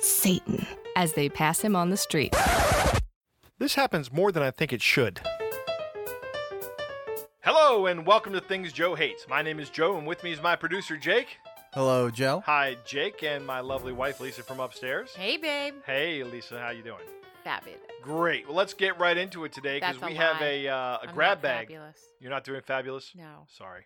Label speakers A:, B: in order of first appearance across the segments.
A: Satan, as they pass him on the street.
B: This happens more than I think it should. Hello and welcome to Things Joe Hates. My name is Joe and with me is my producer Jake.
C: Hello, Joe.
B: Hi Jake and my lovely wife Lisa from upstairs.
D: Hey, babe.
B: Hey Lisa, how you doing?
D: Fabulous.
B: Great. Well, let's get right into it today because
D: That's a
B: we have
D: lie.
B: a, uh, a
D: I'm
B: grab
D: not
B: bag.
D: Fabulous.
B: You're not doing fabulous?
D: No.
B: Sorry.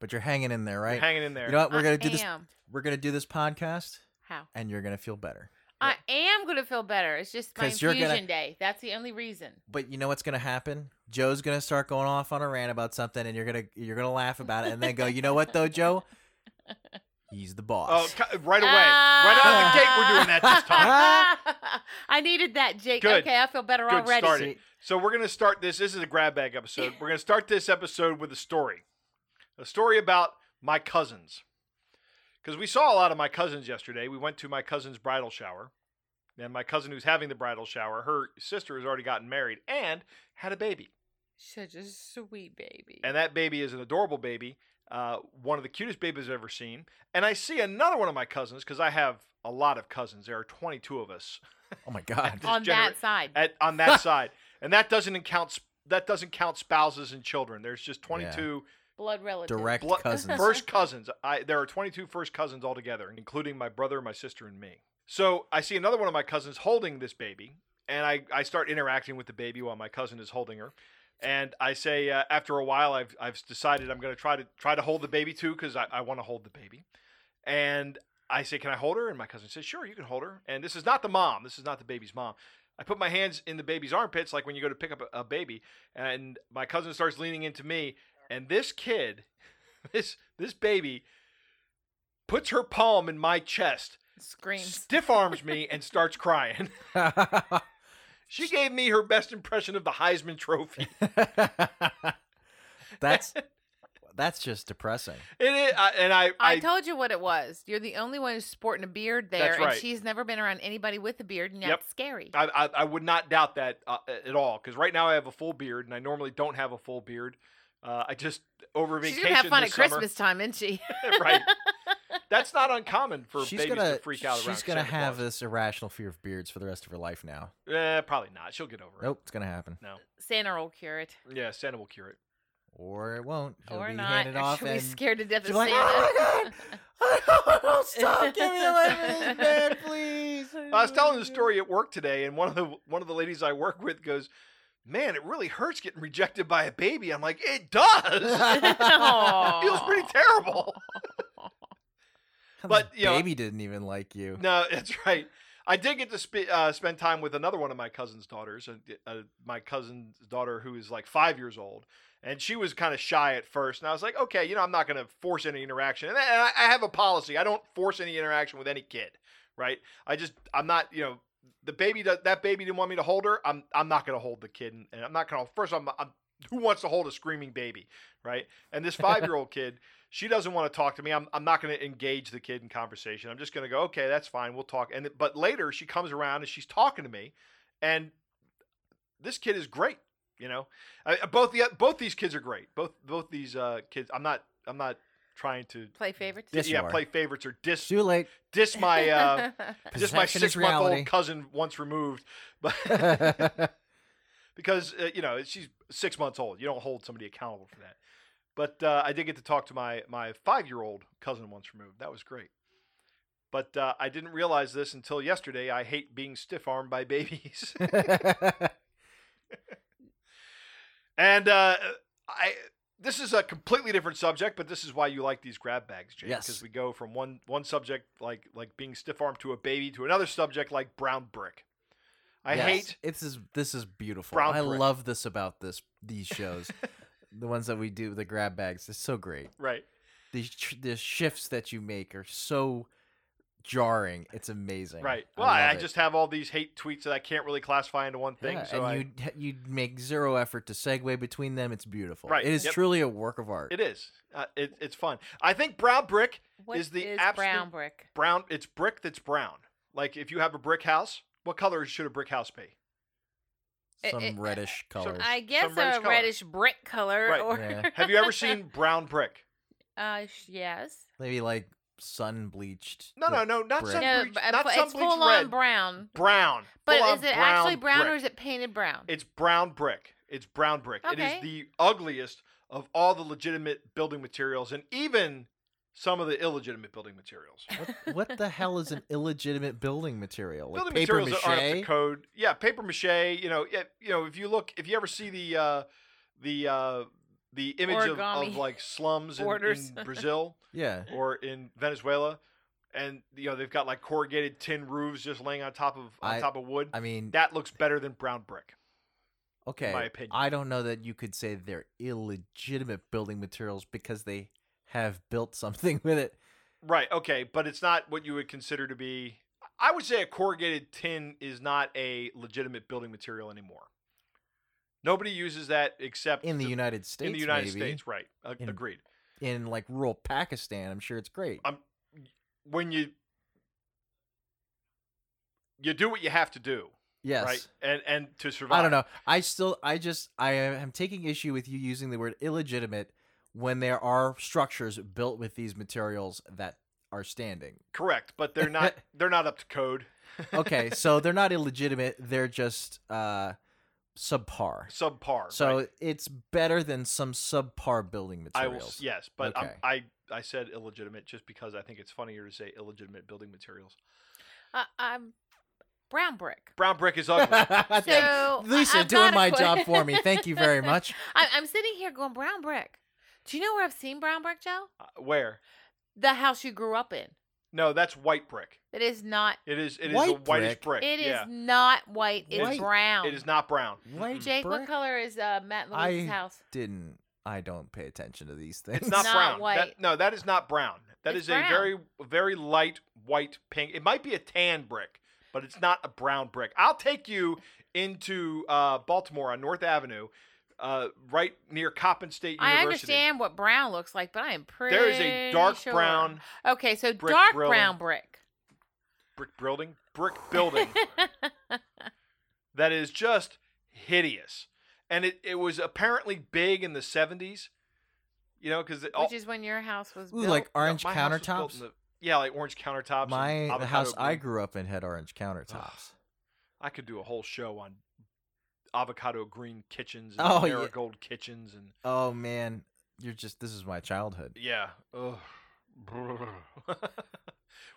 C: But you're hanging in there, right?
B: You're hanging in there.
C: You know what? We're
D: I
C: gonna do this.
D: am.
C: We're gonna do this podcast,
D: How?
C: and you're gonna feel better.
D: I am gonna feel better. It's just my
C: 'Cause you're
D: infusion
C: gonna-
D: day. That's the only reason.
C: But you know what's gonna happen? Joe's gonna start going off on a rant about something, and you're gonna you're gonna laugh about it, and then go, you know what though, Joe? He's the
B: oh,
C: boss.
B: cu- right away. right out
D: Ah.
B: of the gate, we're doing that this time.
D: time. I needed that, Jake.
B: Good.
D: Okay, I feel better
B: Good
D: already.
B: started. So we're gonna start this. This is a grab bag episode. We're gonna start this episode with a story, a story about my cousins, because we saw a lot of my cousins yesterday. We went to my cousin's bridal shower, and my cousin who's having the bridal shower, her sister has already gotten married and had a baby,
D: Such a sweet baby.
B: and that baby is an adorable baby, uh, one of the cutest babies I've ever seen. And I see another one of my cousins because I have a lot of cousins. There are 22 of us
C: Oh my God.
B: this
D: on
B: genera-
D: that side.
B: at, on that side, and that doesn't count. sp- That doesn't count spouses and children. There's just 22
D: Blood relative.
C: Direct
B: blo-
C: cousins.
B: first cousins. I there are 22 first cousins altogether, including my brother, my sister, and me. So I see another one of my cousins holding this baby, and I I start interacting with the baby while my cousin is holding her. And I say, uh, after a while, I've I've decided I'm going to try to try to hold the baby too because I, I want to hold the baby. And I say, can I hold her? And my cousin says, sure, you can hold her. And this is not the mom. This is not the baby's mom. I put my hands in the baby's armpits, like when you go to pick up a, a baby, and my cousin starts leaning into me, and this kid, this this baby, puts her palm in my chest,
D: Screams.
B: stiff arms me, and starts crying. She gave me her best impression of the Heisman Trophy.
C: that's that's just depressing.
B: It is, I, and I,
D: I, told you what it was. You're the only one who's sporting a beard there,
B: That's right.
D: and she's never been around anybody with a beard, and that's
B: Yep.
D: scary.
B: I, I, I would not doubt that uh, at all because right now I have a full beard and I normally don't have a full beard. Uh, I just over
D: she's
B: vacation
D: gonna have fun at
B: this summer-
D: Christmas time, isn't she?
B: right? That's not uncommon for
C: she's
B: babies
C: gonna
B: to freak out around.
C: she's gonna
B: Santa
C: have
B: Claus.
C: this irrational fear of beards for the rest of her life now.
B: Eh, probably not. She'll get over it.
C: Nope, it's gonna happen,
D: Santa will cure it.
B: Yeah, Santa will cure it.
C: or it won't. She'll
D: or
C: be
D: not.
C: handed
D: Or
C: off
D: she'll be
C: and
D: scared to death of
C: She's like,
D: Santa.
C: "Oh my I don't stop. Give me away from this man, please.
B: I was telling the story at work today, and one of the one of the ladies I work with goes, "Man, it really hurts getting rejected by a baby." I'm like, "It does.
D: Aw.
B: Feels pretty terrible." But,
C: This
B: you know-
C: baby didn't even like you.
B: No, that's right. I did get to sp- uh, spend time with another one of my cousin's daughters, uh, uh, my cousin's daughter who is like five years old. And she was kind of shy at first. And I was like, okay, you know, I'm not going to force any interaction. And I, and I have a policy I don't force any interaction with any kid, right? I just, I'm not, you know, the baby, does, that baby didn't want me to hold her. I'm, I'm not going to hold the kid. And, and I'm not going to, first, I'm, I'm, who wants to hold a screaming baby, right? And this five year old kid, she doesn't want to talk to me. I'm, I'm not going to engage the kid in conversation. I'm just going to go, okay, that's fine. We'll talk. And but later she comes around and she's talking to me, and this kid is great. You know, I, both the both these kids are great. Both both these uh, kids. I'm not I'm not trying to
D: Play favorites.
C: Yes, you
B: yeah
C: are.
B: play favorites or dis
C: Too late.
B: dis my uh, dis my
C: Possession is
B: six month
C: reality.
B: old cousin once removed, but because uh, you know she's six months old. You don't hold somebody accountable for that. But uh, I did get to talk to my my five year old cousin once removed. That was great. But uh, I didn't realize this until yesterday. I hate being stiff armed by babies, and uh, I. This is a completely different subject, but this is why you like these grab bags, Jake.
C: Yes.
B: Because we go from one one subject like like being stiff armed to a baby to another subject like brown brick. I
C: Yes.
B: hate
C: It's is this is beautiful.
B: Brown
C: I
B: brick.
C: love this about this these shows, the ones that we do, the grab bags. It's so great.
B: right.
C: The the shifts that you make are so jarring. It's amazing.
B: Right. Well, I, I
C: love it.
B: just have all these hate tweets that I can't really classify into one thing.
C: Yeah,
B: so
C: and
B: I,
C: you you make zero effort to segue between them. It's beautiful.
B: Right,
C: It is
B: yep.
C: truly a work of art.
B: it is. Uh, it, it's fun. I think brown brick
D: What
B: Is
D: is
B: the
D: brown
B: absolute-
D: brick?
B: brown. It's brick that's brown. Like if you have a brick house, what color should a brick house be?
D: It-
C: Some
D: it-
C: reddish colors.
D: I guess
B: Some reddish
D: a
B: color.
D: reddish brick color.
B: Right.
D: Or
C: Yeah.
B: Have you ever seen brown brick?
D: Uh, sh- yes.
C: Maybe like sun bleached.
B: No, no, no, not
C: Brick.
B: sun
D: No,
B: bleached,
D: but uh,
B: not
D: but
B: sun
D: it's full
B: bleached
D: on
B: red.
D: brown.
B: Brown.
D: But
B: Full-on
D: is it actually brown
B: brick.
D: or is it painted brown?
B: It's brown brick. It's brown brick. It
D: Okay.
B: is the ugliest of all the legitimate building materials and even some of the illegitimate building materials.
C: What, what the hell is an illegitimate building material? Like
B: building
C: paper
B: materials that aren't up to
C: mache.
B: code. Yeah, paper mache, you know, it, you know, if you look if you ever see the uh the uh the image of,
D: Origami.
B: of like slums in,
D: Borders.
B: in Brazil
C: Yeah.
B: or in Venezuela and you know they've got like corrugated tin roofs just laying on top of on
C: I-
B: top of wood.
C: I mean,
B: that looks better than brown brick.
C: okay.
B: my opinion.
C: I don't know that you could say they're illegitimate building materials because they have built something with it.
B: Right. Okay, but it's not what you would consider to be. I would say a corrugated tin is not a legitimate building material anymore. Nobody uses that except
C: in the
B: to-
C: United States.
B: in the United
C: maybe.
B: States. Right. A-
C: In-
B: agreed.
C: in like rural Pakistan, I'm sure it's great.
B: I'm- When you you do what you have to do,
C: yes.
B: right? And and to survive.
C: I don't know. I still, I just, I am taking issue with you using the word illegitimate when there are structures built with these materials that are standing.
B: Correct, but they're not they're not up to code.
C: Okay, so they're not illegitimate. They're just uh, subpar.
B: Subpar.
C: So
B: right?
C: it's better than some subpar building
B: I will.
C: materials.
B: Yes, but I'm-
C: Okay.
B: I I said illegitimate just because I think it's funnier to say illegitimate building materials.
D: Uh, um, brown brick.
B: Brown brick is ugly. Uh,
C: Thank-
D: So, I-
C: Lisa,
D: I've got
C: doing
D: a
C: my
D: que-
C: job for me. Thank you very much.
D: I- I'm sitting here going brown brick. Do you know where I've seen brown brick, Joe?
B: Uh, Where?
D: The house you grew up in.
B: No, that's white brick.
D: It is not.
B: It is It is a
C: White
B: whitish
C: brick?
B: brick.
D: It is
B: yeah.
D: not white. It's
C: White.
D: brown.
B: It is not brown.
C: White
D: Jake, what
C: brick?
D: color is uh, Matt and Louise's
C: I-
D: house?
C: Didn't I don't pay attention to these things.
B: It's not,
D: Not
B: brown. That,
D: white.
B: no, that is not brown. That
D: It's
B: is a
D: brown.
B: very very light white pink. It might be a tan brick, but it's not a brown brick. I'll take you into uh, Baltimore on North Avenue, uh, right near Coppin State University.
D: I understand what brown looks like, but I am pretty.
B: There is a dark
D: sure.
B: brown
D: Okay, so
B: brick
D: dark
B: grill.
D: brown brick.
B: brick building, brick building that is just hideous. And it, it was apparently big in the 70s, you know, because
D: Which is when your house was
C: Ooh,
D: built.
C: like orange
B: my house was built
C: countertops.
B: in the- yeah, like orange countertops. and
C: My the
B: avocado
C: house I
B: green.
C: grew up in had orange countertops.
B: I could do a whole show on avocado green kitchens and
C: Oh, yeah.
B: marigold kitchens and
C: Oh man, you're just this is my childhood.
B: yeah. Ugh.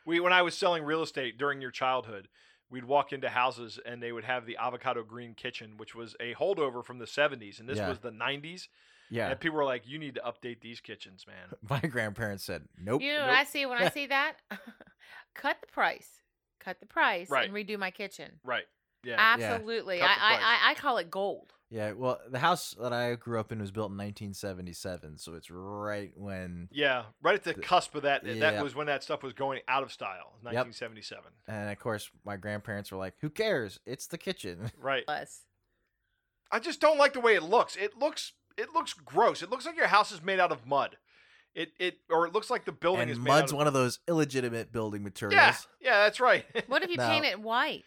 B: we when I was selling real estate during your childhood, we'd walk into houses and they would have the avocado green kitchen, which was a holdover from the 70s, and this
C: Yeah.
B: was the 90s.
C: Yeah.
B: And people were like, "You need to update these kitchens, man."
C: My grandparents said, "Nope."
D: You know what I see when I see that? Cut the price. Cut the price
B: Right.
D: and redo my kitchen.
B: Right? Yeah.
C: Ah.
D: Absolutely.
B: Cut the
D: I,
B: price.
D: I, I I call it gold.
C: Yeah, well, the house that I grew up in was built in 1977, so it's right when
B: yeah. Right at the
C: The-
B: cusp of that.
C: yeah.
B: That was when that stuff was going out of style. 1977.
C: and of course my grandparents were like, "Who cares? It's the kitchen."
B: Right.
D: Plus.
B: I just don't like the way it looks. It looks it looks gross. It looks like your house is made out of mud. It it or it looks like the building
C: and
B: is made
C: mud's
B: out of
C: one of those illegitimate building materials.
B: Yeah, yeah, that's right.
D: What if you
C: No.
D: paint it white?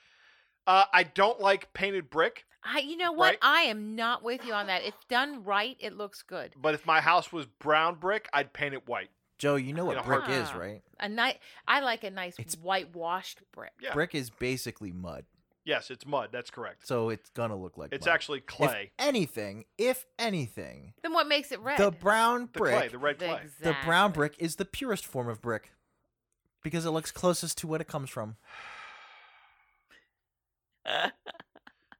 B: uh, I don't like painted brick,
D: I you know what?
B: Right.
D: I am not with you on that. It's done right, it looks good.
B: but if my house was brown brick, I'd paint it white.
C: Joe, you know what
B: Yeah,
C: brick is,
D: hard-
C: right?
D: A nice I like a nice
C: It's-
D: whitewashed brick.
B: Yeah.
C: Brick is basically mud,
B: Yes, it's mud. That's correct.
C: so it's gonna look like
B: it's
C: mud.
B: actually clay.
C: If anything, if anything,
D: Then what makes it red?
C: the brown
B: The
C: brick
B: clay, the red clay.
C: The brown
D: Exactly.
C: brick is the purest form of brick because it looks closest to what it comes from.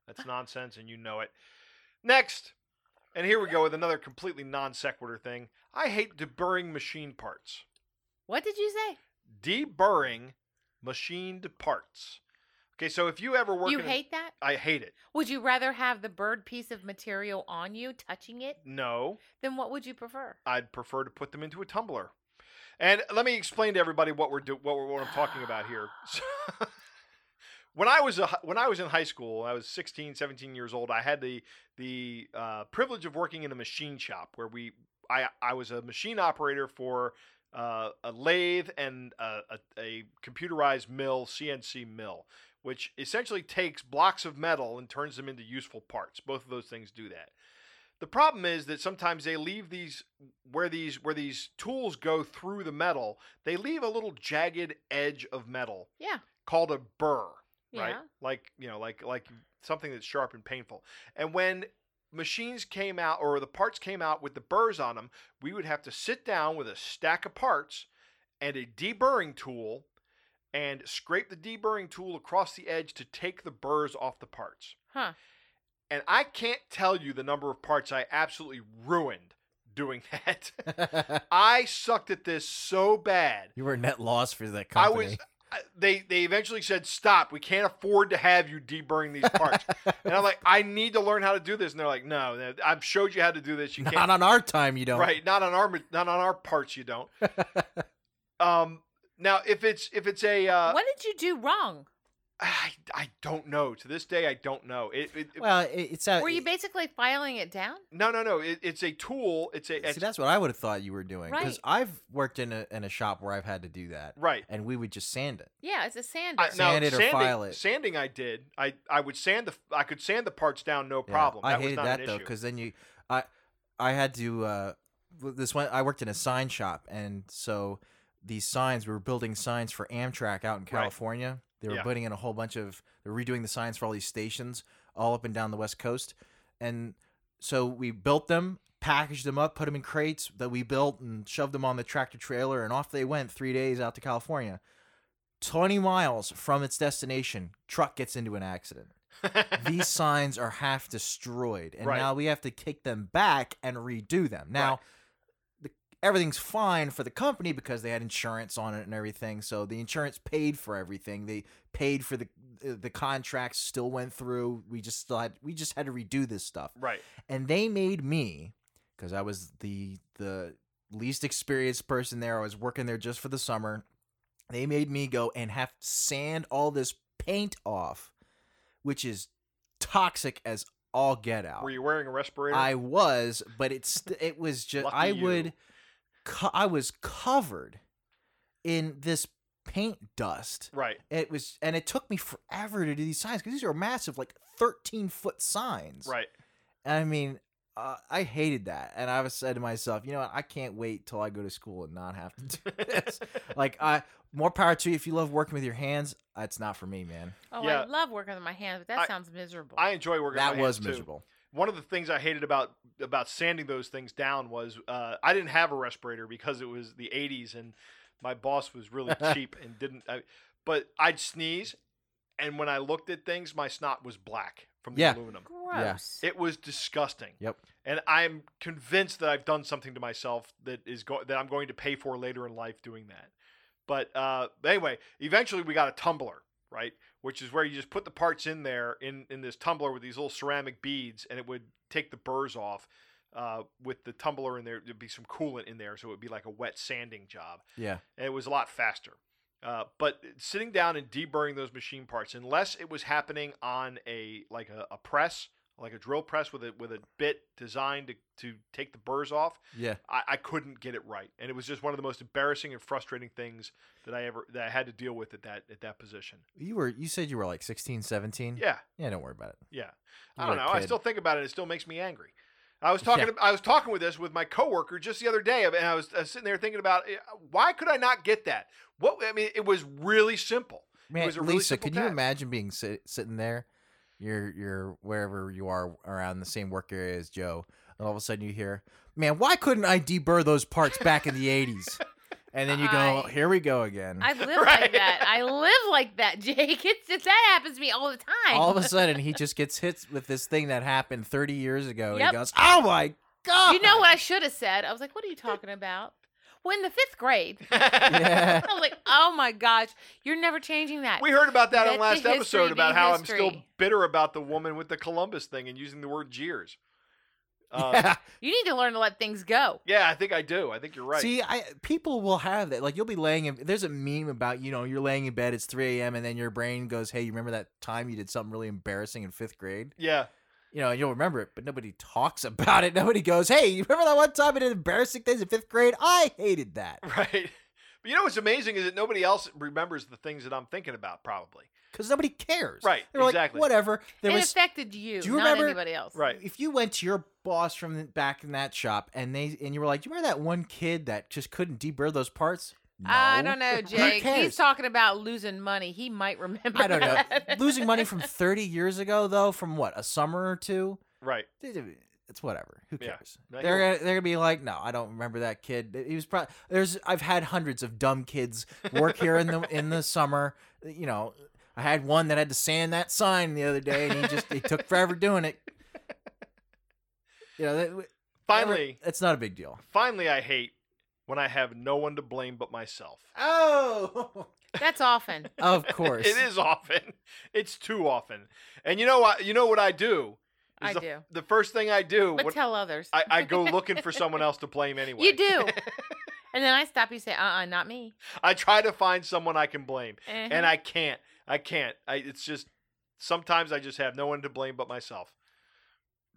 B: That's nonsense, and you know it. Next, and here we go with another completely non sequitur thing. I hate deburring machine parts.
D: What did you say?
B: Deburring machined parts. Okay, so if you ever work,
D: You
B: in a-
D: hate that?
B: I hate it.
D: Would you rather have the bird piece of material on you touching it?
B: No, Uh,
D: Then what would you prefer?
B: I'd prefer to put them into a tumbler. And let me explain to everybody what we're do- what we're what I'm talking about here. So, when I was a, hi- when I was in high school, I was 16, 17 years old. I had the the uh, privilege of working in a machine shop where we I I was a machine operator for uh, a lathe and a, a, a computerized mill, CNC mill, which essentially takes blocks of metal and turns them into useful parts. Both of those things do that. The problem is that sometimes they leave these where these where these tools go through the metal, they leave a little jagged edge of metal
D: Yeah.
B: called a burr,
D: Yeah.
B: right? Like, you know, like like something that's sharp and painful. And when machines came out or the parts came out with the burrs on them, we would have to sit down with a stack of parts and a deburring tool and scrape the deburring tool across the edge to take the burrs off the parts.
D: Huh.
B: And I can't tell you the number of parts I absolutely ruined doing that. I sucked at this so bad.
C: you were net loss for that
B: I
C: company.
B: was I- they they eventually said stop. We can't afford to have you deburring these parts. and I'm like, I need to learn how to do this. And they're like, No, that- I've showed you how to do this. You
C: Not
B: can't.
C: on our time, you don't.
B: Right, not on our ma- not on our parts. You don't. um. Now, if it's if it's a uh,
D: what did you do wrong?
B: I, I don't know. To this day, I don't know. It, it, it-
C: Well, it, it's a,
B: uh,
D: Were you basically filing it down?
B: no no no. It, it's a tool. It's a it's,
C: See, that's what I would have thought you were doing because
D: Right.
C: I've worked in a in a shop where I've had to do that,
B: right.
C: and we would just sand it.
D: Yeah, it's a sander.
B: I, now,
C: Sand it or
B: sanding,
C: file it.
B: Sanding, I did. I, I would sand the I could sand the parts down, no
C: Yeah,
B: problem.
C: I
B: that was
C: hated
B: not
C: that
B: an
C: though
B: issue.
C: because then you, I, I had to. Uh, w- this one I worked in a sign shop, and so these signs we were building signs for Amtrak out in California. They were
B: Yeah.
C: putting in a whole bunch of they were redoing the signs for all these stations all up and down the West Coast, and so we built them, packaged them up, put them in crates that we built, and shoved them on the tractor trailer, and off they went three days out to California. 20 miles from its destination, truck gets into an accident these signs are half destroyed and
B: Right.
C: now we have to kick them back and redo them now the, everything's fine for the company because they had insurance on it and everything so the insurance paid for everything they paid for the the contracts still went through we just still had we just had to redo this stuff
B: right.
C: and they made me because I was the the least experienced person there. I was working there just for the summer. They made me go and have to sand all this paint off, which is toxic as all get out.
B: Were you wearing a respirator?
C: I was, but it's it was just
B: Lucky
C: I
B: you.
C: would co- I was covered in this paint dust.
B: right.
C: It was and it took me forever to do these signs because these are massive, like thirteen foot signs.
B: Right.
C: I mean, uh, I hated that, and I was said to myself, you know, what? I can't wait till I go to school and not have to do this. like, I more power to you if you love working with your hands. That's not for me, man.
D: oh,
B: yeah.
D: I love working with my hands, but that
B: I-
D: sounds miserable.
B: I enjoy working.
C: That
B: my
C: was
B: hands, too.
C: miserable.
B: One of the things I hated about about sanding those things down was uh, I didn't have a respirator because it was the '80s and my boss was really cheap and didn't. I, but I'd sneeze, and when I looked at things, my snot was black from the
C: Yeah.
B: aluminum.
D: Gross.
B: It was disgusting.
C: Yep.
B: And I'm convinced that I've done something to myself that is go- that I'm going to pay for later in life doing that. But uh, anyway, eventually we got a tumbler, right? Which is where you just put the parts in there in in this tumbler with these little ceramic beads, and it would take the burrs off. Uh, with the tumbler in there, there'd be some coolant in there, so it would be like a wet sanding job
C: Yeah.
B: and it was a lot faster. Uh, but sitting down and deburring those machine parts, unless it was happening on a like a, a press, like a drill press with a with a bit designed to, to take the burrs off,
C: Yeah.
B: I, I couldn't get it right, and it was just one of the most embarrassing and frustrating things that I ever that I had to deal with at that at that position.
C: You were. You said you were like 16, 17?
B: Yeah,
C: Yeah. Don't worry about it.
B: yeah. I
C: Mm. You're
B: don't
C: a
B: know. I
C: kid.
B: still think about it. It still makes me angry. I was talking. I was talking with this with my coworker just the other day, and I was uh, sitting there thinking about eh, why could I not get that? What I mean, it was really simple.
C: Man,
B: was a really
C: Lisa,
B: simple
C: can you
B: task.
C: imagine being sit, sitting there? You're you're wherever you are around the same work area as Joe, and all of a sudden you hear, "Man, why couldn't I deburr those parts back in the '80s?" And then you go,
D: I-
C: "Here we go again."
D: I live
B: Right.
D: like that. I live like that, Jake. It's just, that happens to me all the time.
C: all of a sudden he just gets hit with this thing that happened 30 years ago and
D: Yep.
C: he goes oh my god
D: you know what I should have said? I was like, "What are you talking about?" We're in the fifth grade.
C: yeah
D: I was like, "Oh my gosh, you're never changing that."
B: We heard about that
D: Let
B: on
D: the
B: last
D: history
B: episode
D: be
B: about how I'm
D: history.
B: still bitter about the woman with the Columbus thing and using the word jeers. Uh, yeah.
C: yeah.
D: You need to learn to let things go.
B: I think I do. I think you're right.
C: See, I people will have that. Like you'll be laying in. There's a meme about you know you're laying in bed. It's 3 a.m. and then your brain goes, "Hey, you remember that time you did something really embarrassing in fifth grade?
B: yeah,
C: You know, and you'll remember it, but nobody talks about it. Nobody goes, "Hey, you remember that one time I did embarrassing things in fifth grade? I hated that
B: right. But you know what's amazing is that nobody else remembers the things that I'm thinking about. Probably.
C: because nobody cares.
B: Right,
C: They were
B: exactly.
C: like, whatever. There
D: it
C: was
D: affected you,
C: Do you
D: not
C: remember-
D: anybody else.
B: Right.
C: if you went to your boss from the, back in that shop and they and you were like, "Do you remember that one kid that just couldn't deburr those parts?"
D: Uh, I
C: No.
D: don't know,
C: Who
D: Jake. He's
C: cares?
D: talking about losing money. He might remember.
C: I don't know.
D: that.
C: Losing money from 30 years ago, though, from what a summer or two,
B: Right.
C: it's whatever. Who
B: Yeah.
C: cares?
B: No,
C: They're
B: you're-
C: gonna, they're gonna be like, no, I don't remember that kid. He was probably there's. I've had hundreds of dumb kids work here in the in the summer. You know, I had one that had to sand that sign the other day, and he just he took forever doing it. You know, that,
B: Finally,
C: it's not a big deal.
B: finally, I hate when I have no one to blame but myself.
C: Oh,
D: That's often.
C: of course.
B: It is often. It's too often. And you know what? You know what I do? Is
D: I
B: the,
D: do.
B: The first thing I do,
D: But
B: when-
D: tell others.
B: I, I go looking for someone else to blame anyway.
D: You do. and then I stop you and say, uh uh not me.
B: I try to find someone I can blame, and
D: Uh-huh.
B: I can't. I can't. I, it's just sometimes I just have no one to blame but myself.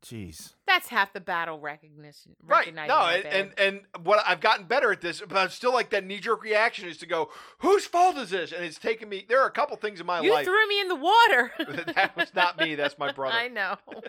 C: Jeez.
D: That's half the battle recognition.
B: Right.
D: recognizing
B: No,
D: it,
B: and, and
D: babe.
B: and what I've gotten better at this, but I'm still like that knee jerk reaction is to go, whose fault is this? And it's taken me. There are a couple things in my
D: you
B: life.
D: threw me in the water.
B: that was not me. That's my brother,
D: I know.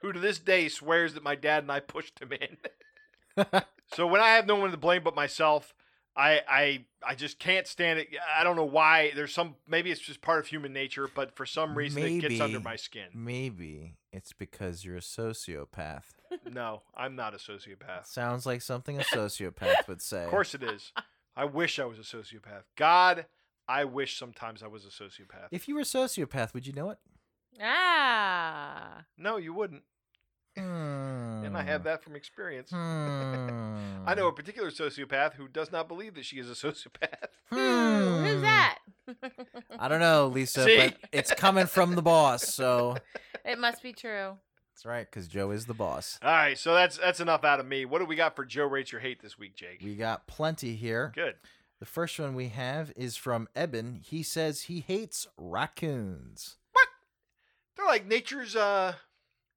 B: who to this day swears that my dad and I pushed him in. so when I have no one to blame but myself, I I I just can't stand it. I don't know why. There's some maybe it's just part of human nature, but for some reason it gets under
C: Maybe.
B: my skin.
C: Maybe it's because you're a sociopath.
B: No, I'm not a sociopath.
C: Sounds like something a sociopath would say.
B: Of course it is. I wish I was a sociopath. God, I wish sometimes I was a sociopath.
C: If you were a sociopath, would you know it?
D: Ah.
B: No, you wouldn't. And I
C: Mm.
B: have that from experience.
C: Hmm.
B: I know a particular sociopath who does not believe that she is a sociopath.
D: Hmm, Who's that?
C: I don't know, Lisa,
B: See?
C: but it's coming from the boss, so
D: it must be true.
C: that's right, because Joe is the boss.
B: All right, so that's that's enough out of me. What do we got for Joe rates your hate this week, Jake?
C: We got plenty here.
B: Good.
C: The first one we have is from Eben. He says he hates raccoons.
B: They're like nature's uh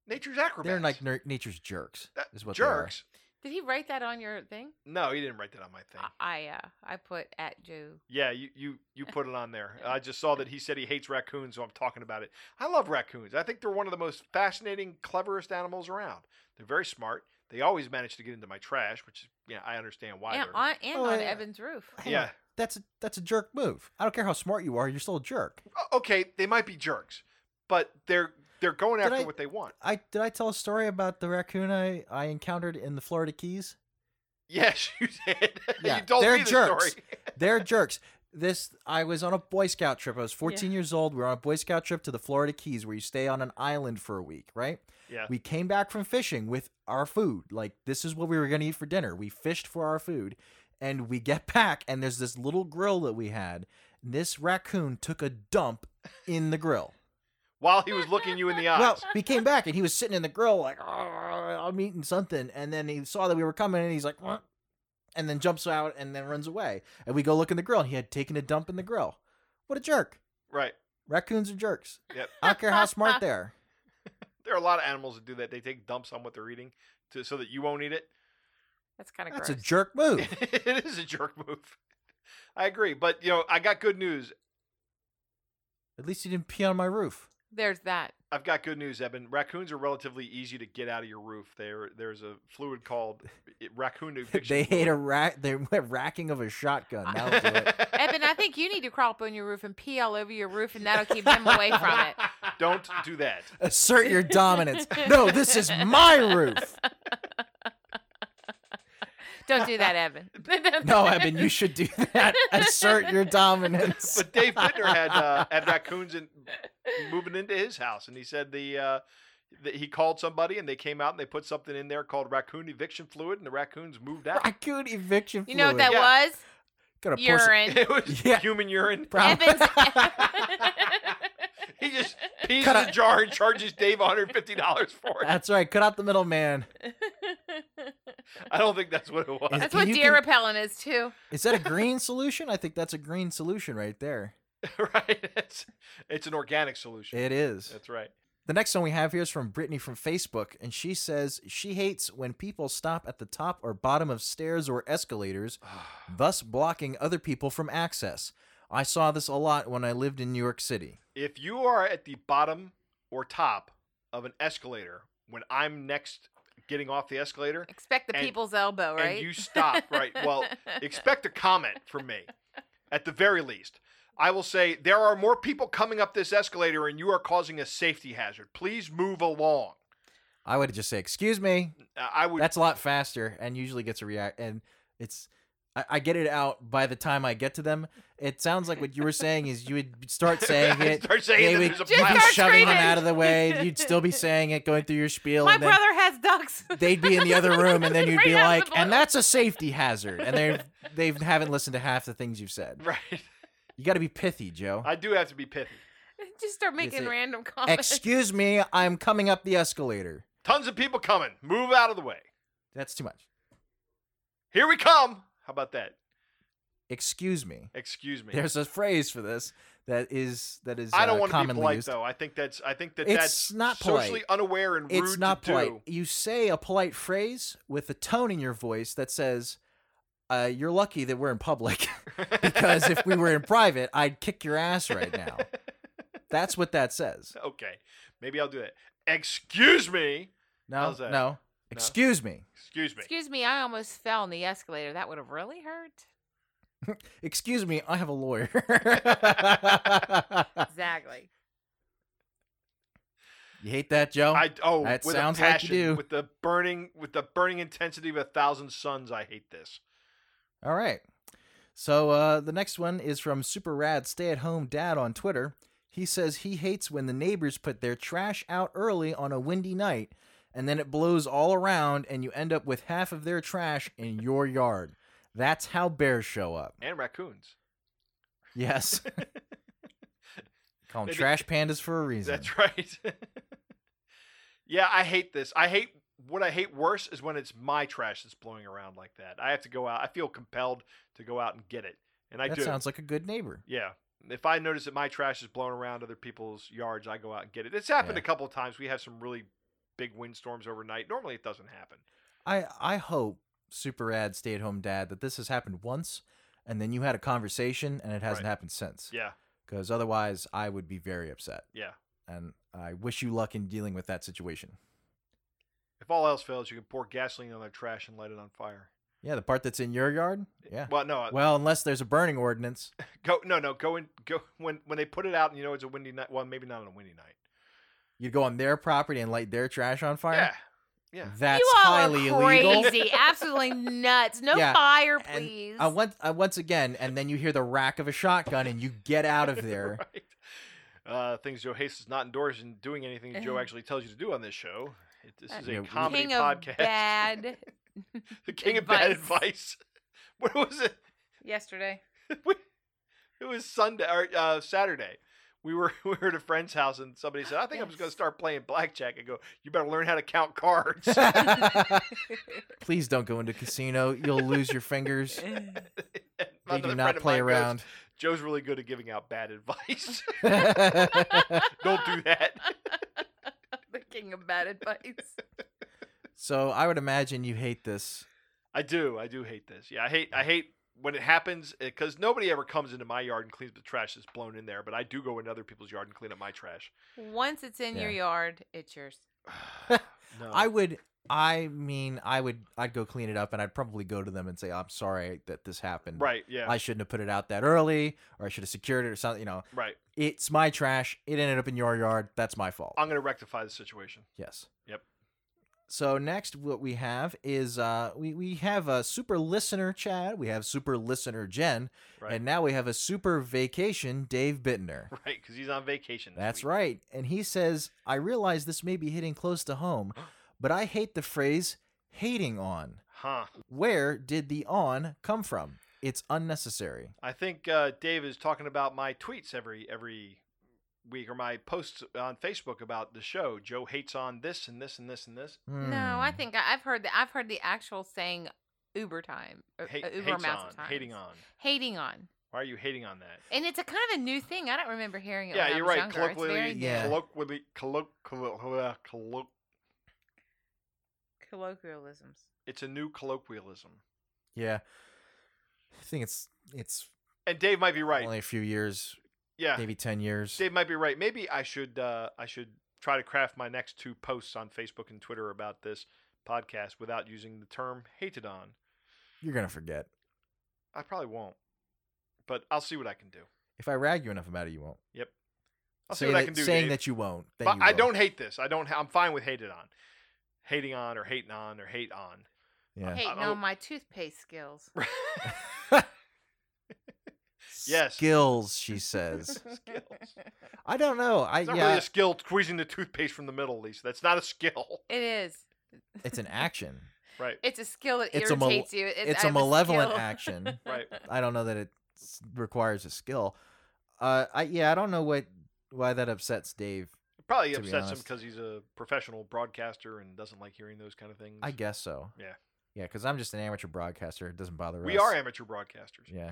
B: nature's acrobats.
C: They're like ner- nature's jerks.
B: That-
C: Is what
B: Uh, jerks.
D: Did he write that on your thing?
B: No, he didn't write that on my thing.
D: I uh, I put at Joe.
B: Yeah, you, you you put it on there. I just saw that he said he hates raccoons, so I'm talking about it. I love raccoons. I think they're one of the most fascinating, cleverest animals around. They're very smart. They always manage to get into my trash, which is yeah, I understand why.
D: And
B: they're,
D: on, and
C: Oh,
D: on
C: yeah.
D: Evan's roof.
C: they are. Hang on,
B: yeah.
C: That's a that's a jerk move. I don't care how smart you are, you're still a jerk.
B: O- Okay, they might be jerks, but they're they're going
C: Did
B: after
C: I-
B: what they want.
C: I did I tell a story about the raccoon I, I encountered in the Florida Keys?
B: Yes, you did.
C: Yeah,
B: you told
C: they're
B: me the
C: jerks.
B: story.
C: They're jerks. This I was on a Boy Scout trip. I was 14 years old. We were on a Boy Scout trip to the Florida Keys where you stay on an island for a week, right?
B: Yeah.
C: We came back from fishing with our food. Like this is what we were going to eat for dinner. We fished for our food and we get back and there's this little grill that we had. This raccoon took a dump in the grill.
B: While he was looking you in the eyes.
C: Well, we came back and he was sitting in the grill like, "Arr, I'm eating something. And then he saw that we were coming and he's like, "Wah," and then jumps out and then runs away. And we go look in the grill and he had taken a dump in the grill. What a jerk.
B: right.
C: Raccoons are jerks.
B: Yep.
C: I don't care how smart they are.
B: There are a lot of animals that do that. They take dumps on what they're eating to, so that you won't eat it.
D: That's kind of gross.
C: That's a jerk move.
B: it is a jerk move. I agree, but you know, I got good news.
C: At least he didn't pee on my roof.
D: There's that.
B: I've got good news, Eben. Raccoons are relatively easy to get out of your roof. There, there's a fluid called i- raccoon eviction.
C: They hate a rack. They went racking of a shotgun. That'll do it.
D: Evan, I think you need to crawl up on your roof and pee all over your roof, and that'll keep them away from it.
B: Don't do that.
C: Assert your dominance. No, this is my roof.
D: Don't do that, Evan.
C: No, Eben, you should do that. Assert your dominance.
B: But Dave Bittner had uh, had raccoons in, moving into his house, and he said the. Uh, that he called somebody and they came out and they put something in there called raccoon eviction fluid and the raccoons moved out.
C: raccoon eviction
D: You know what
C: fluid.
D: that
B: Yeah.
C: Gotta
D: was?
C: pour some-
D: Urine.
B: It was
C: Yeah.
B: human urine.
C: Probably.
D: Evan's.
B: He just peas
C: Cut
B: in a
C: out-
B: jar and charges Dave $150 for it.
C: That's right. Cut out the middleman.
B: I don't think that's what it was.
C: Is-
D: That's what
C: You
D: deer
C: can-
D: repellent is too.
C: Is that a green solution? I think that's a green solution right there.
B: right? It's it's an organic solution.
C: It is.
B: That's right.
C: The next one we have here is from Brittany from Facebook, and she says she hates when people stop at the top or bottom of stairs or escalators, thus blocking other people from access. I saw this a lot when I lived in New York City.
B: If you are at the bottom or top of an escalator when I'm next getting off the escalator
D: Expect the
B: And-
D: people's elbow, right?
B: and you stop, right? Well, expect a comment from me at the very least. I will say there are more people coming up this escalator and you are causing a safety hazard. Please move along.
C: I would just say, "Excuse me,"
B: Uh, I would
C: that's a lot faster, and usually gets a react. And it's, I, I get it out by the time I get to them. It sounds like what you were saying is you would start saying it,
B: start saying
C: they
B: that
C: would
B: there's a
D: Just
C: you'd be
B: black-
D: start
C: shoving them
D: screaming.
C: out of the way. You'd still be saying it, going through your spiel.
D: My
C: and then,
D: brother has ducks.
C: they'd be in the other room and then you'd be
D: Right out of
C: like
D: the blue.
C: and that's a safety hazard and they they haven't listened to half the things you've said
B: Right.
C: you got to be pithy joe
B: I do have to be pithy.
D: Just start making
C: say,
D: random comments.
C: excuse me i'm coming up the escalator
B: Tons of people coming. Move out of the way.
C: that's too much
B: Here we come. How about that?
C: excuse me
B: Excuse me.
C: there's a phrase for this that is that is
B: I don't
C: uh,
B: want to be
C: commonly
B: polite
C: used.
B: though. I think that's I think that
C: It's
B: that's
C: not polite.
B: socially unaware and rude
C: it's not
B: to
C: polite
B: do.
C: you say a polite phrase with a tone in your voice that says uh, you're lucky that we're in public because if we were in private i'd kick your ass right now that's what that says
B: Okay, maybe I'll do that. Excuse me.
C: No,
B: How's that?
C: no. Excuse me.
B: Excuse me.
D: Excuse me, I almost fell in the escalator. That would have really hurt.
C: Excuse me. I have a lawyer.
D: Exactly.
C: you hate that, Joe?
B: I oh
C: That
B: with
C: sounds
B: a
C: like you
B: passion,
C: do.
B: with the burning with the burning intensity of a thousand suns. I hate this.
C: All right. So uh, the next one is from Super Rad Stay at Home Dad on Twitter. He says he hates when the neighbors put their trash out early on a windy night, and then it blows all around, and you end up with half of their trash in your yard. That's how bears show up.
B: And raccoons.
C: Yes. Call them
B: Maybe-
C: trash pandas for a reason.
B: That's right. yeah, I hate this. I hate what I hate worse is when it's my trash that's blowing around like that. I have to go out. I feel compelled to go out and get it, and I
C: that
B: do.
C: sounds like a good neighbor.
B: Yeah. If I notice that my trash is blown around other people's yards, I go out and get it. It's happened
C: Yeah.
B: a couple of times. We have some really big windstorms overnight. Normally it doesn't happen.
C: I I hope super rad stay at home dad that this has happened once and then you had a conversation and it hasn't
B: Right.
C: happened since.
B: Yeah.
C: Because otherwise I would be very upset.
B: Yeah.
C: And I wish you luck in dealing with that situation.
B: If all else fails, you can pour gasoline on their trash and light it on fire.
C: Yeah, the part that's in your yard? Yeah.
B: Well, no, uh,
C: Well, unless there's a burning ordinance.
B: go no no go and go when when they put it out and you know it's a windy night. Well, maybe not on a windy night.
C: You'd go on their property and light their trash on fire.
B: Yeah. Yeah.
C: That's
D: you all
C: highly
D: are
C: illegal.
D: crazy. Absolutely nuts. No
C: Yeah,
D: fire,
C: And
D: please.
C: I once, I once again, and then you hear the rack of a shotgun, and you get out of there.
B: Right. Uh, things Joe Hayes is not endorsed in doing anything that Joe
D: Uh.
B: actually tells you to do on this show. It, this is
C: Uh, Yeah,
B: a
C: we-
B: comedy
D: King
B: podcast.
D: of bad.
B: the king of bad
D: advice.
B: advice. What was it?
D: Yesterday.
B: we, it was Sunday or uh, Saturday. We were we were at a friend's house and somebody said, "I think I'm just going to
D: Yes.
B: start playing blackjack." I go, "You better learn how to count cards."
C: Please don't go into casino. You'll lose your fingers. They
B: Another
C: do
B: friend
C: not
B: of mine
C: play
B: goes,
C: around.
B: Joe's really good at giving out bad advice.
C: so
B: Don't do that.
D: the king of bad advice.
C: I would imagine you hate this.
B: I do. I do hate this. Yeah, I hate. I hate when it happens because nobody ever comes into my yard and cleans the trash that's blown in there. But I do go in other people's yard and clean up my trash.
D: Once it's in your
C: Yeah.
D: yard, it's yours.
B: No.
C: I would. I mean, I would. I'd go clean it up, and I'd probably go to them and say, "I'm sorry that this happened.
B: right. Yeah.
C: I shouldn't have put it out that early, or I should have secured it, or something. You know,
B: right.
C: it's my trash. It ended up in your yard. That's my fault.
B: I'm going to rectify the situation.
C: Yes.
B: Yep.
C: So next, what we have is uh, we we have a super listener Chad, we have super listener Jen,
B: Right.
C: and now we have a super vacation Dave Bittner.
B: Right. Because he's on vacation. this
C: That's
B: week.
C: right. And he says, I realize this may be hitting close to home, but I hate the phrase hating on.
B: Huh.
C: Where did the on come from? It's unnecessary.
B: I think uh, Dave is talking about my tweets every every week or my posts on Facebook about the show. Joe hates on this and this and this and this.
D: No, I
C: Hmm.
D: think I, I've heard that. I've heard the actual saying "Uber time," or,
B: Hate,
D: uh, "Uber
B: hates
D: amount
B: on,
D: of time,"
B: hating on.
D: hating on,
B: Why are you hating on that?
D: and it's a kind of a new thing. I don't remember hearing it.
B: yeah,
D: when I
B: you're
D: was
B: right.
D: Younger. It's
B: Colloquially,
D: very new.
C: Yeah.
B: colloquially, uh, colloquially, colloquially,
D: colloquialisms.
B: it's a new colloquialism.
C: Yeah, I think it's it's
B: And Dave might be right.
C: only a few years,
B: yeah,
C: maybe ten years.
B: Dave might be right. Maybe I should uh, I should try to craft my next two posts on Facebook and Twitter about this podcast without using the term hated on.
C: You're gonna forget.
B: I probably won't, but I'll see what I can do.
C: If I rag you enough about it, you won't.
B: I'll see
C: Say
B: what I
C: that-
B: can do.
C: Saying
B: Dave.
C: that you won't. then
B: But
C: you
B: I
C: will.
B: don't hate this. I don't. ha- I'm fine with hated on, hating on or hating on or hate on.
C: Yeah.
D: Hating
B: I'll-
D: on my toothpaste skills.
B: Yes.
C: Skills, she says.
B: Skills.
C: I don't know. I
B: It's not
C: Uh, yeah,
B: really a skill squeezing the toothpaste from the middle, Lisa. That's not a skill,
D: It is.
C: it's an action.
B: right?
D: It's a skill that
C: It's a mal-
D: irritates you. It's,
C: It's
D: I
C: a
D: have
C: malevolent
D: skill.
C: action.
B: Right.
C: I don't know that it s- requires a skill. Uh, I yeah, I don't know what why that upsets Dave.
B: It probably
C: To be
B: upsets him
C: honest.
B: because he's a professional broadcaster and doesn't like hearing those kind of things.
C: I guess so.
B: Yeah.
C: Yeah, because I'm just an amateur broadcaster. It doesn't bother
B: we
C: us.
B: are amateur broadcasters.
C: Yeah.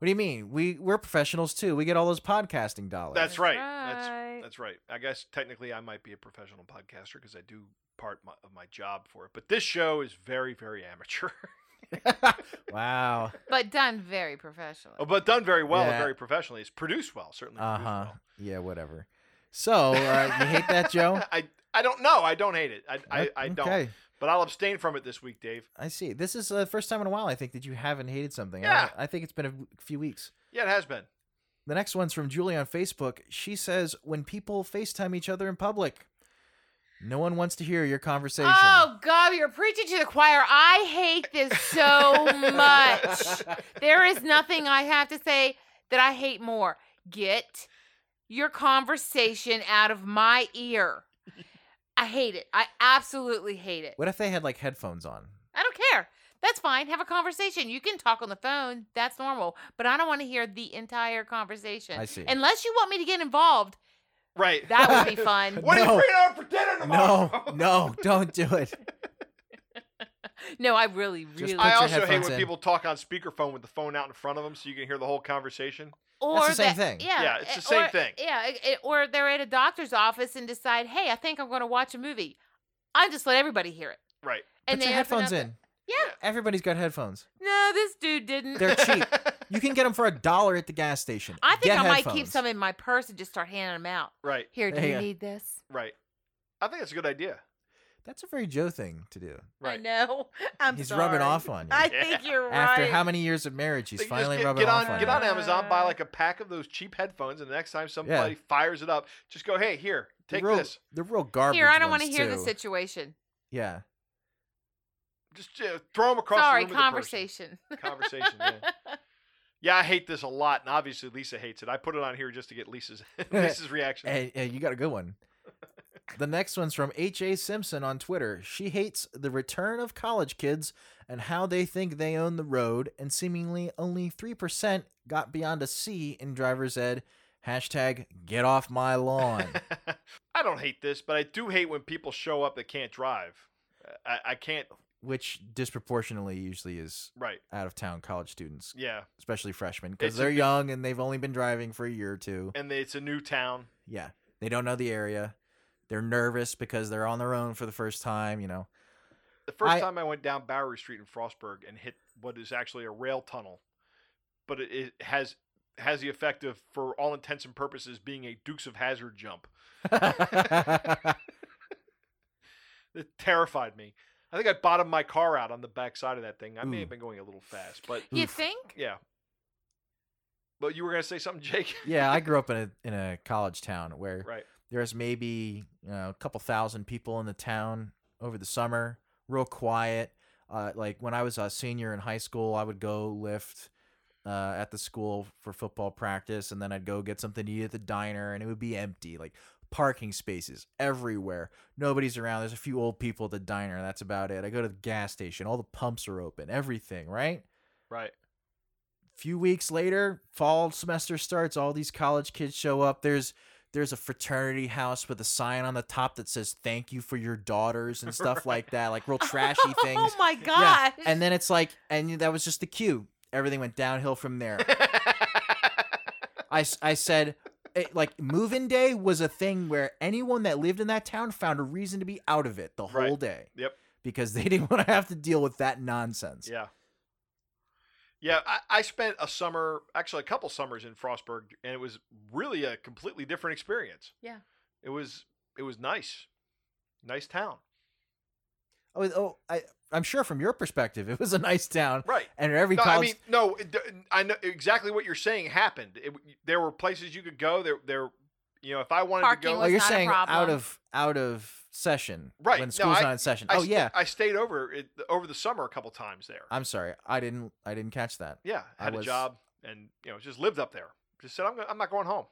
C: What do you mean? We we're professionals too. We get all those podcasting dollars.
B: That's
D: That's
B: right. That's
D: right.
B: that's right. I guess technically I might be a professional podcaster because I do part my, of my job for it. But this show is very, very amateur,
C: wow.
D: but done very professionally.
B: but done very well and
C: Yeah.
B: very professionally. It's produced well, certainly.
C: Uh
B: produced
C: huh.
B: well.
C: Yeah. Whatever. So uh, you hate that, Joe?
B: I I don't know. I don't hate it. I I, I don't.
C: Okay.
B: But I'll abstain from it this week, Dave.
C: I see. This is the first time in a while I think that you haven't hated something. I-
B: Yeah.
C: I, think it's been a w- few weeks.
B: Yeah, it has been.
C: The next one's from Julie on Facebook. She says, "When people FaceTime each other in public, no one wants to hear your conversation."
D: Oh God, you're preaching to the choir. I hate this so much. There is nothing I have to say that I hate more. Get your conversation out of my ear. I hate it. I absolutely hate it.
C: What if they had like headphones on?
D: I don't care. That's fine. Have a conversation. You can talk on the phone. That's normal. But I don't want to hear the entire conversation.
C: I see.
D: Unless you want me to get involved,
B: Right.
D: that would be fun.
B: what are
C: No.
B: you bringing out for dinner
C: No,
B: tomorrow?
C: no, don't do it.
D: No, I really,
C: Just
D: really.
C: put
B: I
C: your
B: also hate
C: headphones
B: when
C: in.
B: people talk on speakerphone with the phone out in front of them so you can hear the whole conversation.
D: or
C: That's the same
D: that-
C: thing.
D: Yeah,
B: Yeah, it's the
D: eh,
B: same
D: or-
B: thing.
D: Yeah, eh, eh, or they're at a doctor's office and decide, hey, I think I'm going to watch a movie. I just let everybody hear it.
B: Right.
D: And
C: Put
D: they
C: your
D: open
C: headphones
D: up the-
C: in.
D: Yeah.
C: Everybody's got headphones.
D: No, this dude didn't.
C: They're cheap. You can get them for a dollar at the gas station.
D: I think
C: Get
D: I might keep
C: headphones.
D: some in my purse and just start handing them out.
B: right.
D: Here, do
C: There
D: you
C: you go.
D: need this?
B: Right. I think it's a good idea.
C: That's a very Joe thing to do.
B: Right.
D: I know. I'm
C: He's rubbing
D: sorry.
C: off on you.
D: I
B: Yeah.
D: think you're right.
C: After how many years of marriage, he's
B: They can just
C: finally
B: get,
C: rubbing
B: get
C: off
B: on,
C: on
B: get
C: you.
B: on Amazon, buy like a pack of those cheap headphones, and the next time somebody fires it up, just go, "Hey, here,
C: The
B: take
C: real,
B: this."
C: The real garbage.
D: Here, I don't
C: want to
D: hear the situation.
C: Yeah.
B: Just uh, throw them across.
D: Sorry,
B: the room at the person.
D: conversation.
B: Conversation. Yeah. yeah, I hate this a lot, and obviously Lisa hates it. I put it on here just to get Lisa's Lisa's reaction.
C: Hey, hey, you got a good one. The next one's from H.A. Simpson on Twitter. She hates the return of college kids and how they think they own the road, and seemingly only 3% got beyond a C in driver's ed. Hashtag get off my lawn.
B: I don't hate this, but I do hate when people show up that can't drive. I, I can't.
C: Which disproportionately usually is
B: Right.
C: out of town college students,
B: Yeah,
C: especially freshmen,
B: It's
C: because
B: a
C: they're
B: big-
C: young and they've only been driving for a year or two.
B: and it's a new town.
C: Yeah. They don't know the area. They're nervous because they're on their own for the first time, you know.
B: The first
C: I-
B: time I went down Bowery Street in Frostburg and hit what is actually a rail tunnel, but it, it has has the effect of, for all intents and purposes, being a Dukes of Hazard jump. It terrified me. I think I bottomed my car out on the back side of that thing. I may
C: Ooh.
B: have been going a little fast, but
D: you
C: Oof.
D: think?
B: yeah. But you were gonna say something, Jake,
C: yeah, I grew up in a in a college town where
B: right?
C: there's maybe you know, a couple thousand people in the town over the summer, real quiet. Uh, like when I was a senior in high school, I would go lift uh, at the school for football practice, and then I'd go get something to eat at the diner, and it would be empty, like parking spaces everywhere. Nobody's around. There's a few old people at the diner. That's about it. I go to the gas station. All the pumps are open. Everything, right?
B: Right.
C: few weeks later, fall semester starts, all these college kids show up. There's there's a fraternity house with a sign on the top that says "Thank you for your daughters" and stuff like that, like real trashy things.
D: Oh my
C: Yeah,
D: god.
C: And then it's like, and that was just the cue. Everything went downhill from there. I, s- I said, it, like, move in day was a thing where anyone that lived in that town found a reason to be out of it the whole
B: Right.
C: day.
B: Yep.
C: Because they didn't want to have to deal with that nonsense.
B: Yeah. Yeah, I, I spent a summer, actually a couple summers in Frostburg, and it was really a completely different experience.
D: Yeah.
B: It was it was nice. Nice town.
C: Oh, oh I, I'm sure from your perspective, it was a nice town.
B: Right.
C: And every
B: No, I
C: college.
B: mean, no, it- I know exactly what you're saying happened. It, there were places you could go. There, there, you know, if I wanted
D: Parking
B: to go,
C: oh,
D: was
C: you're
D: not a
C: saying out
D: problem.
C: of out of session.
B: Right,
C: When
B: no,
C: school's
B: I-
C: not in session.
B: I
C: oh,
B: sta-
C: yeah.
B: I stayed over it, over the summer a couple times there.
C: I'm sorry. I didn't I didn't catch that.
B: yeah,
C: I
B: had
C: was-
B: a job and you know just lived up there. Just said I'm go- I'm not going home.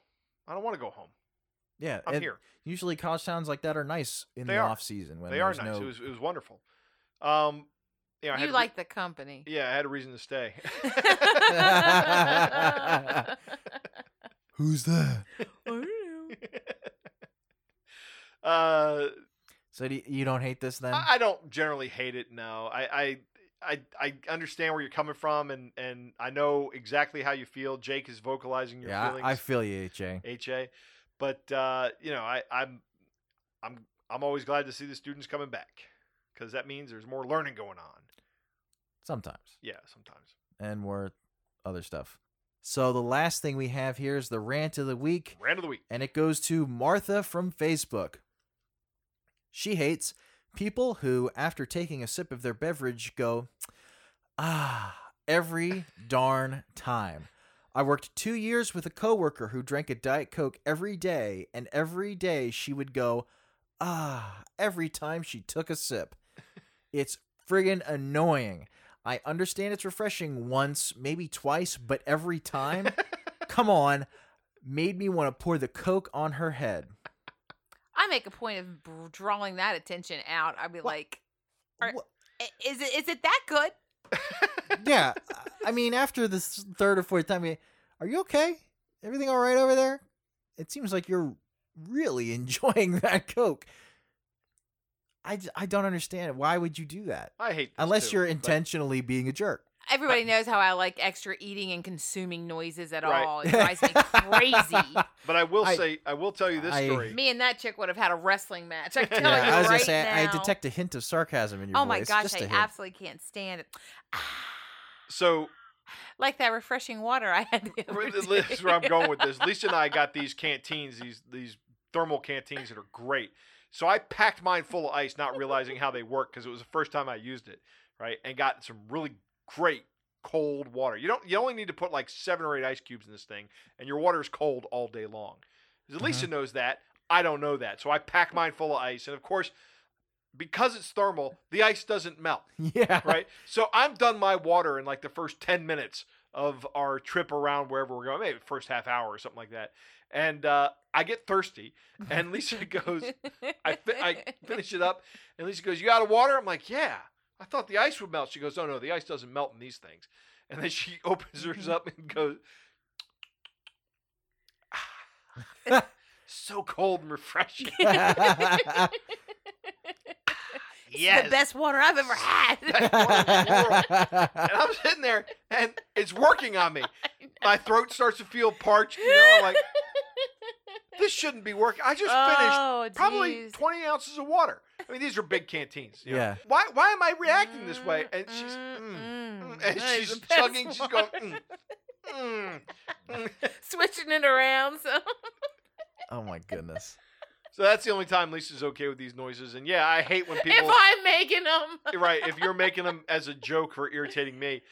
B: I don't want to go home.
C: Yeah.
B: I'm
C: and
B: here.
C: Usually college towns like that are nice in
B: They
C: the
B: are.
C: off season when
B: They are
C: there's
B: nice.
C: no
B: It was it was wonderful. Um, you know, I had
D: you
B: re-
D: like the company.
B: yeah, I had a reason to stay.
D: I
C: Who's that?
D: don't know.
B: uh,
C: So do you, you don't hate this then?
B: I, I don't generally hate it. No, I, I, I, I understand where you're coming from, and and I know exactly how you feel. Jake is vocalizing your
C: yeah,
B: feelings.
C: I, I feel you, Jay.
B: ha, but uh, you know, I, I'm, I'm, I'm always glad to see the students coming back because that means there's more learning going on.
C: Sometimes
B: Yeah, sometimes.
C: and more other stuff. So the last thing we have here is the rant of the week.
B: Rant of the week.
C: and it goes to Martha from Facebook. She hates people who, after taking a sip of their beverage, go, ah, every darn time. I worked two years with a coworker who drank a Diet Coke every day, and every day she would go, ah, every time she took a sip. It's friggin' annoying. I understand it's refreshing once, maybe twice, but every time? Come on made me want to pour the coke on her head.
D: I make a point of br- drawing that attention out. I'd be
C: Well,
D: like, Are-
C: Wha-
D: "I- is it is it that good?
C: yeah, I mean, after this third or fourth time, I- are you okay? Everything all right over there? It seems like you're really enjoying that coke. I, j- I don't understand it. Why would you do that?
B: I hate this
C: Unless
B: too,
C: you're
B: but-
C: intentionally being a jerk.
D: Everybody knows how I like extra eating and consuming noises at
B: Right.
D: all. It drives me crazy.
B: But, I will
C: I-
B: say, I will tell you this
C: I-
B: story.
D: me and that chick would have had a wrestling match. I can
B: Yeah,
D: tell you
C: I was
D: right
C: gonna say I
D: now.
C: detect a hint of sarcasm in your
D: Oh
C: voice.
D: my gosh,
C: just
D: I
C: a hint.
D: absolutely can't stand it.
B: So
D: like that refreshing water I had. The other day.
B: This is where I'm going with this. Lisa and I got these canteens, these these thermal canteens that are great. So I packed mine full of ice, not realizing how they work because it was the first time I used it, right? And got some really great cold water. You don't you only need to put like seven or eight ice cubes in this thing, and your water is cold all day long. Lisa knows that. I don't know that. So I pack mine full of ice, and of course, because it's thermal, the ice doesn't melt
C: Yeah.
B: right? So I'm done my water in like the first 10 minutes of our trip around wherever we're going, maybe first half hour or something like that. And uh, I get thirsty, and Lisa goes, I, fi- I finish it up, and Lisa goes, "You out of water?" I'm like, "Yeah." I thought the ice would melt. She goes, "Oh no, the ice doesn't melt in these things." And then she opens hers
D: Mm-hmm.
B: up and goes, "Ah, "So cold and refreshing."
D: It's
B: yes.
D: the best water I've ever had.
B: And I'm sitting there, and it's working on me. My throat starts to feel parched. You know, I'm like this shouldn't be working. I just finished
D: oh,
B: probably
D: geez.
B: 20 ounces of water. I mean, these are big canteens. you know.
C: Yeah.
B: Why? Why am I reacting this way? And she's
D: Mm,
B: mm,
D: mm,
B: mm, and
D: that is
B: she's
D: the best
B: chugging. She's going.
D: water.
B: Mm, mm, mm.
D: switching it around. So
C: oh my goodness.
B: So that's the only time Lisa's okay with these noises. And yeah, I hate when people.
D: if I'm making them,
B: right, if you're making them as a joke for irritating me.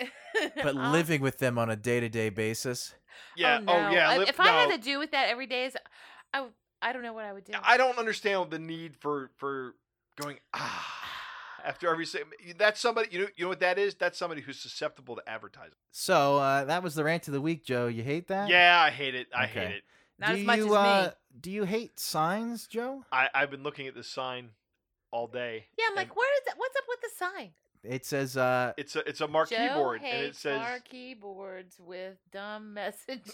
D: Oh,
C: But
D: I'll-
C: living with them on a day to day basis.
B: Yeah.
D: Oh,
B: Oh,
D: no.
B: yeah.
D: I-
B: lip-
D: if I had
B: no.
D: to do with that every day, is I w- I don't know what I would do.
B: I don't understand the need for for going ah after every sa- that's somebody you know you know what that is that's somebody who's susceptible to advertising.
C: So uh, that was the rant of the week, Joe. You hate that?
B: Yeah, I hate it. I hate
C: Okay.
B: it.
D: Not
C: do
D: as much
C: you,
D: as me.
C: uh, Do you hate signs, Joe?
B: I I've been looking at this sign all day.
D: yeah,
B: and
D: I'm like, where is that? What's up with the sign?
C: It says, uh,
B: it's a it's a marquee
D: Joe
B: board
D: hates
B: and it says
D: our keyboards with dumb messages.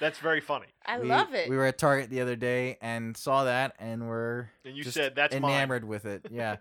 B: That's very funny.
D: I
C: We-
D: love it.
C: We were at Target the other day and saw that, and were
B: And you
C: just
B: said that's mine."
C: enamored with it. Yeah,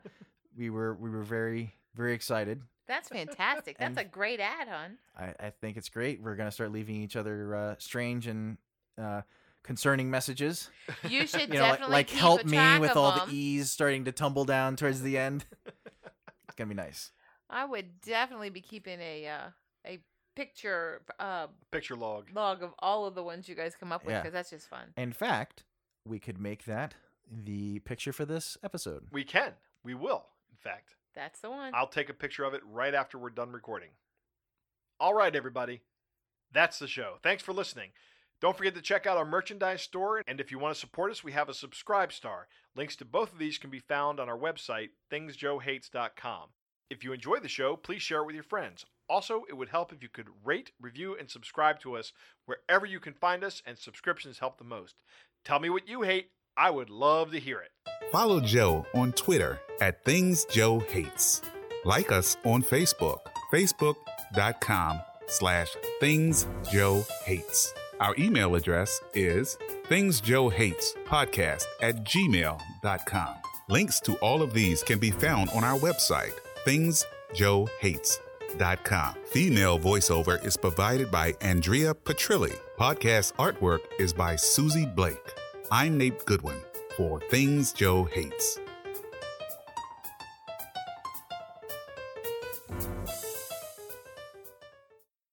C: we were we were very very excited.
D: That's fantastic. That's
C: And-
D: a great ad, hon.
C: I, I think it's great. We're gonna start leaving each other uh, strange and uh, concerning messages.
D: You should
C: You know, like,
D: definitely
C: like
D: keep
C: help
D: a
C: me
D: track
C: with
D: of
C: all
D: them.
C: the E's starting to tumble down towards the end. it's gonna be nice.
D: I would definitely be keeping a uh, a picture uh,
B: Picture log.
D: log of all of the ones you guys come up with
C: Yeah.
D: because that's just fun.
C: In fact, we could make that the picture for this episode.
B: We can. We will. In fact,
D: That's the one.
B: I'll take a picture of it right after we're done recording. All right, everybody. That's the show. Thanks for listening. Don't forget to check out our merchandise store. And if you want to support us, we have a subscribe star. Links to both of these can be found on our website, thingsjoehates.com. If you enjoy the show, please share it with your friends. Also, it would help if you could rate, review, and subscribe to us wherever you can find us, and subscriptions help the most. Tell me what you hate. I would love to hear it.
E: Follow Joe on Twitter at Things Joe Hates. Like us on Facebook, facebook.com slash Things Joe Hates. Our email address is Things Joe Hates podcast at gmail.com. Links to all of these can be found on our website, thingsjoehates.com. Female voiceover is provided by Andrea Petrilli. Podcast artwork is by Susie Blake. I'm Nate Goodwin for Things Joe Hates.